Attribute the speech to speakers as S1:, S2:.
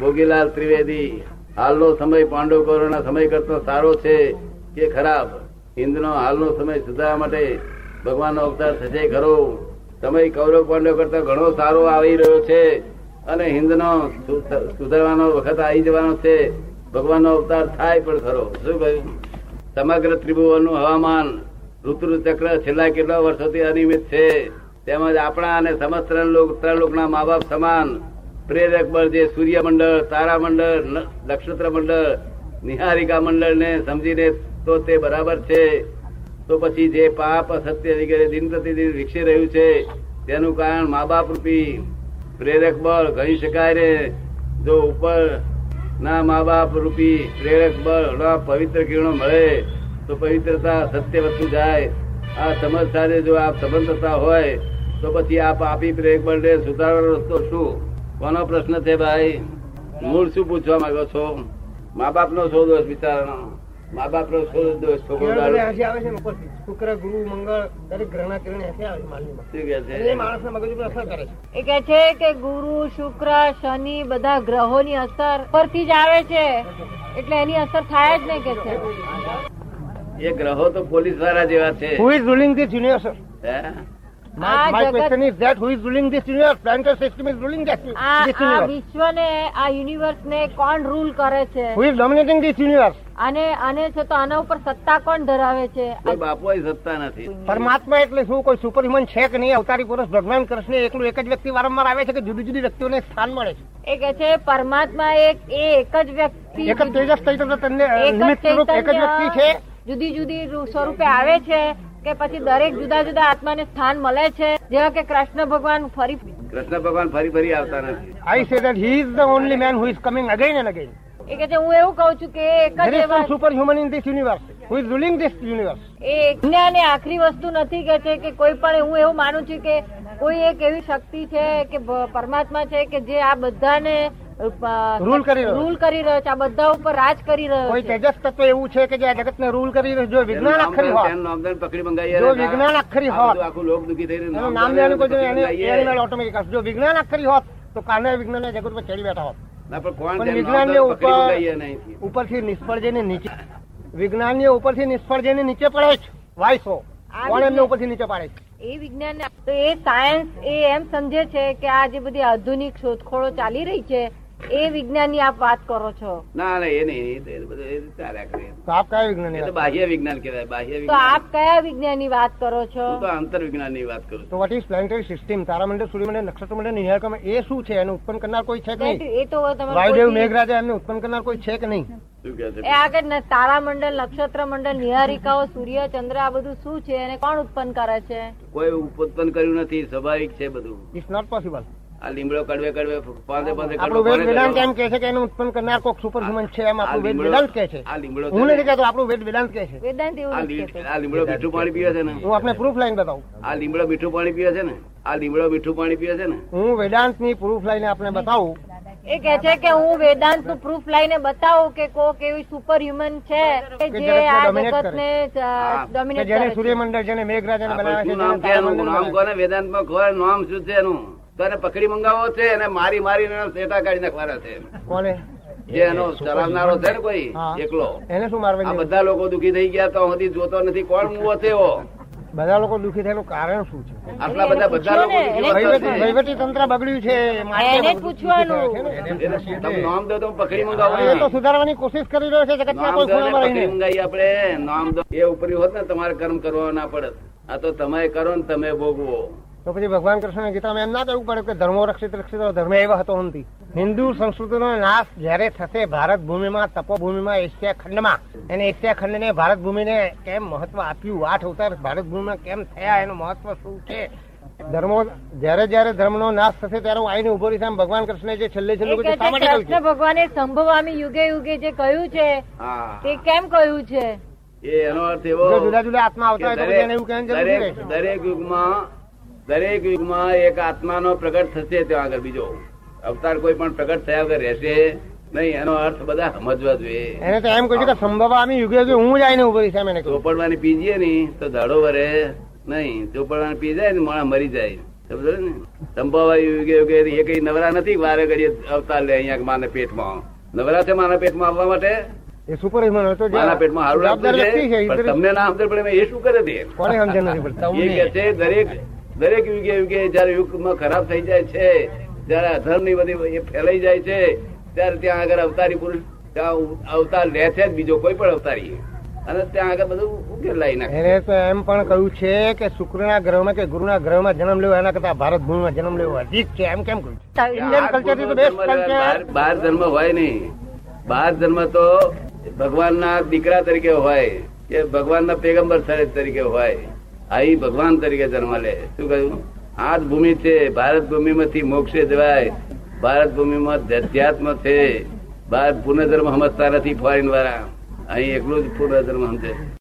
S1: ભોગીલાલ ત્રિવેદી હાલનો સમય પાંડવ કૌરવના સમય કરતો સારો છે કે ખરાબ હિન્દનો હાલનો સમય સુધારવા માટે ભગવાનનો અવતાર થશે ખરો સમય કૌરવ પાંડવ કરતા ઘણો સારો આવી રહ્યો છે અને હિન્દનો સુ- સુધારવાનો વખત આવી જવાનો છે ભગવાનનો અવતાર થાય પણ ખરો શું કહ્યું સમગ્ર ત્રિભુવનનું હવામાન ઋતુ ચક્ર છેલ્લા કેટલા વર્ષોથી અનિયમિત છે તેમજ આપણા અને સમસ્ત લોક ત્રણ લોકના મા બાપ સમાન પ્રેરક બળ જે સૂર્યમંડળ તારામંડળ ન- નક્ષત્ર મંડળ નિહારિકા મંડળ ને સમજીને તો તે બરાબર છે તો પછી જે પાપ અસત્ય વગેરે દિન પ્રતિદિન વિકસી રહ્યું છે તેનું કારણ મા બાપ રૂપી પ્રેરક બળ કહી શકાય ને જો ઉપર ના મા બાપ રૂપી પ્રેરક બળ ના પવિત્ર કિરણો મળે તો પવિત્રતા સત્ય વસ્તુ જાય આ સમજ સાથે જો આપ સંબંધ થતા હોય તો પછી આ પાપી પ્રેરક બળને સુધારવાનો રસ્તો શું કોનો પ્રશ્ન છે ભાઈ મૂળ શું પૂછવા માંગો છો મા બાપનો શું દોષ બિચારાનો મા બાપનો શું દોષ છોકરો
S2: કિરણ
S1: દારૂ
S2: બધા હજી આવે છે ને ઉપરથી. શુક્ર ગુરુ મંગળ દરેક ગ્રહના કિરણ હેઠે આવે છે માલનીમાં.
S1: શું કહે
S2: એટલે
S1: છે
S2: એ માણસના મગજ ઉપર અસર કરે છે
S3: એ કે છે કે ગુરુ શુક્ર શનિ બધા ગ્રહોની અસર પરથી જ આવે છે એટલે એની અસર થાય જ નહીં કે છે
S1: એ ગ્રહો તો પોલીસ વાળા જેવા છે
S2: Who is ruling this universe, sir?
S1: હે?
S2: My,
S3: આ
S2: my
S3: જગત-
S2: question is that who is ruling this universe? Planetary system is ruling that,
S3: આ
S2: this
S3: આ
S2: universe.
S3: વિશ્વને આ યુનિવર્સને કોણ રૂલ કરે છે
S2: Who is dominating this universe?
S3: અને અને છે તો આના ઉપર સત્તા કોણ ધરાવે છે
S1: કોઈ બાપો સત્તા નથી
S2: પરમાત્મા એટલે શું કોઈ સુપરહ્યુમન છે કે નહીં અવતારી પુરુષ ભગવાન કૃષ્ણ એકલું એક જ વ્યક્તિ વારંવાર આવે છે કે જુદી જુદી વ્યક્તિઓને સ્થાન મળે છે
S3: એ કે છે પરમાત્મા એક એ એક જ વ્યક્તિ
S2: એક જ તેજસ ચૈતન્ય તન્ય,
S3: એક જ
S2: નિમિત્ત સ્વરૂપ એક જ વ્યક્તિ છે
S3: ચૈતન્ય જુદી જુદી રૂ- સ્વરૂપે આવે છે કે પછી દરેક જુદા જુદા આત્માને સ્થાન મળે છે જેવા કે કૃષ્ણ ભગવાન ફરી
S1: કૃષ્ણ ભગવાન ફરી ફરી આવતા નથી
S2: I say that he is the only man who is coming again and again
S3: એ કે છે હું એવું કહું છું કે એક
S2: There
S3: જ
S2: is no
S3: એવા
S2: superhuman in this universe. Who is ruling this universe?
S3: એ દુનિયાની આખરી વસ્તુ નથી કે છે કે કોઈ પણ હું એવું માનું છું કે કોઈ એક એવી શક્તિ છે કે ભ- પરમાત્મા છે કે જે આ બધાને અ,
S2: Rule કરી રહ્યો છે.
S3: rule કરી રહ્યો છે આ બધા ઉપર રાજ કરી રહ્યો
S2: કોઈ
S3: છે
S2: તેજસ તત્વ એવું છે કે જે આ જગતને rule કરી રહ્યું છે. જો વિજ્ઞાન આખરી હોત,
S1: તેનું નામદાન પકડી મંગાવીએ
S2: જો
S1: ને ના.
S2: વિજ્ઞાન આખરી
S1: આ
S2: હોત
S1: બધું આખું લોક દુઃખી થઈને
S2: એનું
S1: નામદાન
S2: નામ લેવાનું કોઈ જોડે
S1: પકડી
S2: એને
S1: મંગાવીએ.
S2: animal automatic હશે. જો વિજ્ઞાન આખરી હોત તો કાને વિજ્ઞાનને જગત ઉપર ચડી બેઠા હોત
S1: ના, પણ કોણ
S2: પણ
S1: તેનું
S2: વિજ્ઞાનને
S1: નામદાન
S2: ઉપર-
S1: પકડી મંગાવીએ ને અહીંથી?
S2: ઉપરથી નિષ્ફળ જઈને નીચે વિજ્ઞાનીઓ ઉપરથી નિષ્ફળ જઈને નીચે પડે છે વાઇસો
S3: આ
S2: કોણ એમને
S3: વિજ્ઞાન-
S2: ઉપરથી નીચે પાડે છે
S3: એ વિજ્ઞાન તો એ સાયન્સ એ એમ સમજે છે કે આ જે બધી આધુનિક શોધખોળો ચાલી રહી છે એ વિજ્ઞાનની આપ વાત કરો છો
S1: ના ના એ નહીં એ બધું એ ચાલ્યા કરે
S2: તો આપ કયા
S1: એ તો
S2: વિજ્ઞાની
S1: બાહ્ય વિજ્ઞાન કહેવાય બાહ્ય
S3: તો આપ
S1: વિજ્ઞાન
S3: કયા વિજ્ઞાનની વાત કરો છો
S1: હું તો આંતર વિજ્ઞાનની વાત કરું છું
S2: તો વોટ ઇઝ પ્લાનેટરી સિસ્ટમ તારામંડળ સૂર્યમંડળ નક્ષત્રમંડળ નિહારકમ એ શું છે એનું ઉત્પન્ન કરનાર કોઈ છે કે નહીં
S3: એ તો તમારે
S2: વાયુદેવ
S3: કોઈ-
S2: મેઘરાજા એમને ઉત્પન્ન કરનાર કોઈ છે કે નહીં
S1: શું કહે
S3: એ
S1: છે
S3: આગળ ને તારામંડળ નક્ષત્ર મંડળ નિહારિકાઓ સૂર્ય ચંદ્ર આ બધું શું છે અને કોણ ઉત્પન્ન કરે છે
S1: કોઈ ઉત્પન્ન કર્યું નથી સ્વાભાવિક છે બધું
S2: ઇટ્સ નોટ પોસિબલ
S1: આ લીમડો કડવે કડવે પાંદે પાંદે
S2: આપણું
S1: કડવો
S2: વેદ
S1: કોણે
S2: વેદાંત એમ
S1: કર્યો?
S2: કે છે કે એનું ઉત્પન્ન કરનાર કોક સુપર હ્યુમન છે એમ
S1: આ
S2: આપણું વેદ
S1: લીમડો-
S2: વેદાંત કે છે
S1: આ લીમડો
S2: હું નથી કહેતો આપણું વેદ વેદાંત કે છે
S3: વેદાંત
S1: આ
S3: એવું નથી
S1: લી-
S3: કહેતું.
S1: આ લીમડો મીઠું પાણી પીવે છે ને
S2: હું આપને પ્રૂફ લાઈન બતાવું
S1: આ લીમડો મીઠું પાણી પીવે છે ને આ લીમડો મીઠું પાણી પીવે છે ને
S2: હું વેદાંતની પ્રૂફ લાઈને આપને બતાવું
S3: એ કે છે કે હું વેદાંત નું પ્રૂફ લઈને બતાવું કે કોક એવી સુપર હ્યુમન છે કે
S2: કે
S3: જે
S2: જગતને
S3: આ
S2: dominate કરે.
S3: જગત ને
S1: હા,
S2: કે
S3: ડોમિનેટ
S2: જેને
S3: કરે છે.
S2: સૂર્યમંડળ જેને મેઘરાજાને
S1: આપણે
S2: બનાવે છે
S1: શું નામ છે એનું
S2: જેને તારામંડળને
S1: નામ
S2: બનાવે
S1: કોને વેદાંતમાં ખોવાય નામ શું છે એનું તો એને પકડી મંગાવો છે અને મારી મારીને એના શેટા કાઢી નાખવાના છે
S2: છે. કોને
S1: જે એનો ચલાવનારો છે ને કોઈ
S2: હા.
S1: એકલો
S2: એને શું
S1: આ
S2: મારવાની
S1: બધા લોકો દુખી થઈ ગયા તો હજી જોતો નથી કોણ ઉભો થયો
S2: બધા લોકો દુઃખી થયેલું કારણ શું છે
S1: આટલા બધા બધા લોકો
S3: એને
S1: દુખી થતા
S2: વહીવટી
S1: નથી.
S2: વહીવટી તંત્ર બગડ્યું છે માટે લોકો દુઃખી
S3: એને જ
S2: થયા
S3: પૂછવાનું.
S2: છે ને.
S1: એને તમે નામ દો તો હું પકડી
S2: હવે એ તો
S1: મંગાવું
S2: સુધારવાની કોશિશ કરી રહ્યો છે જગતના
S1: નામ
S2: કોઈ
S1: દો ને
S2: ખૂણામાં
S1: પકડી
S2: રહીને
S1: મંગાવી આપણે નામ દો એ ઉપરી હોત ને તમારે કર્મ કરવા ના પડત આ તો તમે કરો ને તમે ભોગવો
S2: તો પછી ભગવાન કૃષ્ણ ગીતામાં એમ ના કહેવું પડે કે ધર્મો રક્ષિત રક્ષિત ધર્મે એવા હતો અંતિ હિન્દુ સંસ્કૃતિનો નાશ જ્યારે થશે ભારત ભૂમિમાં તપોભૂમિમાં એશિયા ખંડમાં અને એશિયા ખંડને ભારત ભૂમિને કેમ મહત્વ આપ્યું આઠ અવતાર ભારત ભૂમિમાં કેમ થયા એનું મહત્વ શું છે ધર્મો જ્યારે જ્યારે ધર્મનો નાશ થશે ત્યારે હું આઈને ઉભો રહીશ આમ ભગવાન કૃષ્ણે જે છેલ્લે
S3: એ
S2: છેલ્લું
S3: કે
S2: બધું
S3: છે
S2: શા માટે કહ્યું
S3: કૃષ્ણ
S2: છે?
S3: ભગવાને સંભવામી યુગે યુગે જે કહ્યું છે
S1: હા
S3: તે કેમ કહ્યું છે
S1: એ એનો અર્થ એવો
S2: જો જુદા જુદા આત્મા
S1: કે
S2: આવતા હોય તો પછી
S1: દરેક
S2: એને એવું કહેવાની જરૂર નહીં
S1: દરેક
S2: રહેશે.
S1: દરેક યુગમાં દરેક યુગમાં એક આત્માનો પ્રગટ થશે ત્યાં આગળ બીજો અવતાર કોઈ પણ પ્રગટ થયા વગર રહેશે નહીં એનો અર્થ બધા સમજવા જોઈએ
S2: એને તો એમ કહ્યું છે કે સંભવ આમી યુગે યુગે હું જ આઈને ઉભો રહીશ એમ એને કહ્યું
S1: ચોપડવાની પીજીએ ની તો દાડો વરે નહીં ચોપડવાની પી જાય ને માણસ મરી જાય સમજો ને સંભાવા યુગે યુગે એ કઈ નવરા નથી વારે ઘડીએ અવતાર લે અહીંયા માને પેટમાં નવરા છે માના પેટમાં આવવા માટે
S2: એ સુપર હ્યુમન હતો જે
S1: મારા પેટમાં હારું
S2: જવાબદાર
S1: લાગતું
S2: વ્યક્તિ
S1: છે
S2: છે
S1: પણ તમને ના સમજણ પડે એમાં એ શું કરે તે
S2: કોને સમજણ નથી પડતી
S1: એ કે છે દરેક દરેક યુગે યુગે જયારે યુગમાં ખરાબ થઈ જાય છે જયારે અધર્મની બધી એ ફેલાઈ જાય છે ત્યારે ત્યાં આગળ અવતારી પુરુષ ત્યાં અવતાર લે છે જ બીજો કોઈ પણ અવતારી અને ત્યાં આગળ બધું ઉકેલાઈ નાખે
S2: એને તો એમ પણ કહ્યું છે કે શુક્રના ગ્રહમાં કે ગુરુના ગ્રહમાં જન્મ લેવો એના કરતા ભારત ભૂમિમાં જન્મ લેવો અધિક છે એમ કેમ કહ્યું છે ઇન્ડિયન કલ્ચર થી તો બેસ્ટ કલ્ચર
S1: બાર- બાર જન્મ હોય નહીં બાર જન્મ તો ભગવાનના દીકરા તરીકે હોય કે ભગવાનના પેગમ્બર સરે તરીકે હોય આઈ ભગવાન તરીકે જન્મ લે શું કહ્યું આ જ ભૂમિ છે ભારત ભૂમિમાંથી મોક્ષે જવાય ભારત ભૂમિમાં ધ્યાત્મ છે બાર પુનઃધર્મ સમજતા નથી ફોરેન વાળા અહીં એકલું જ પુનઃધર્મ સમજે છે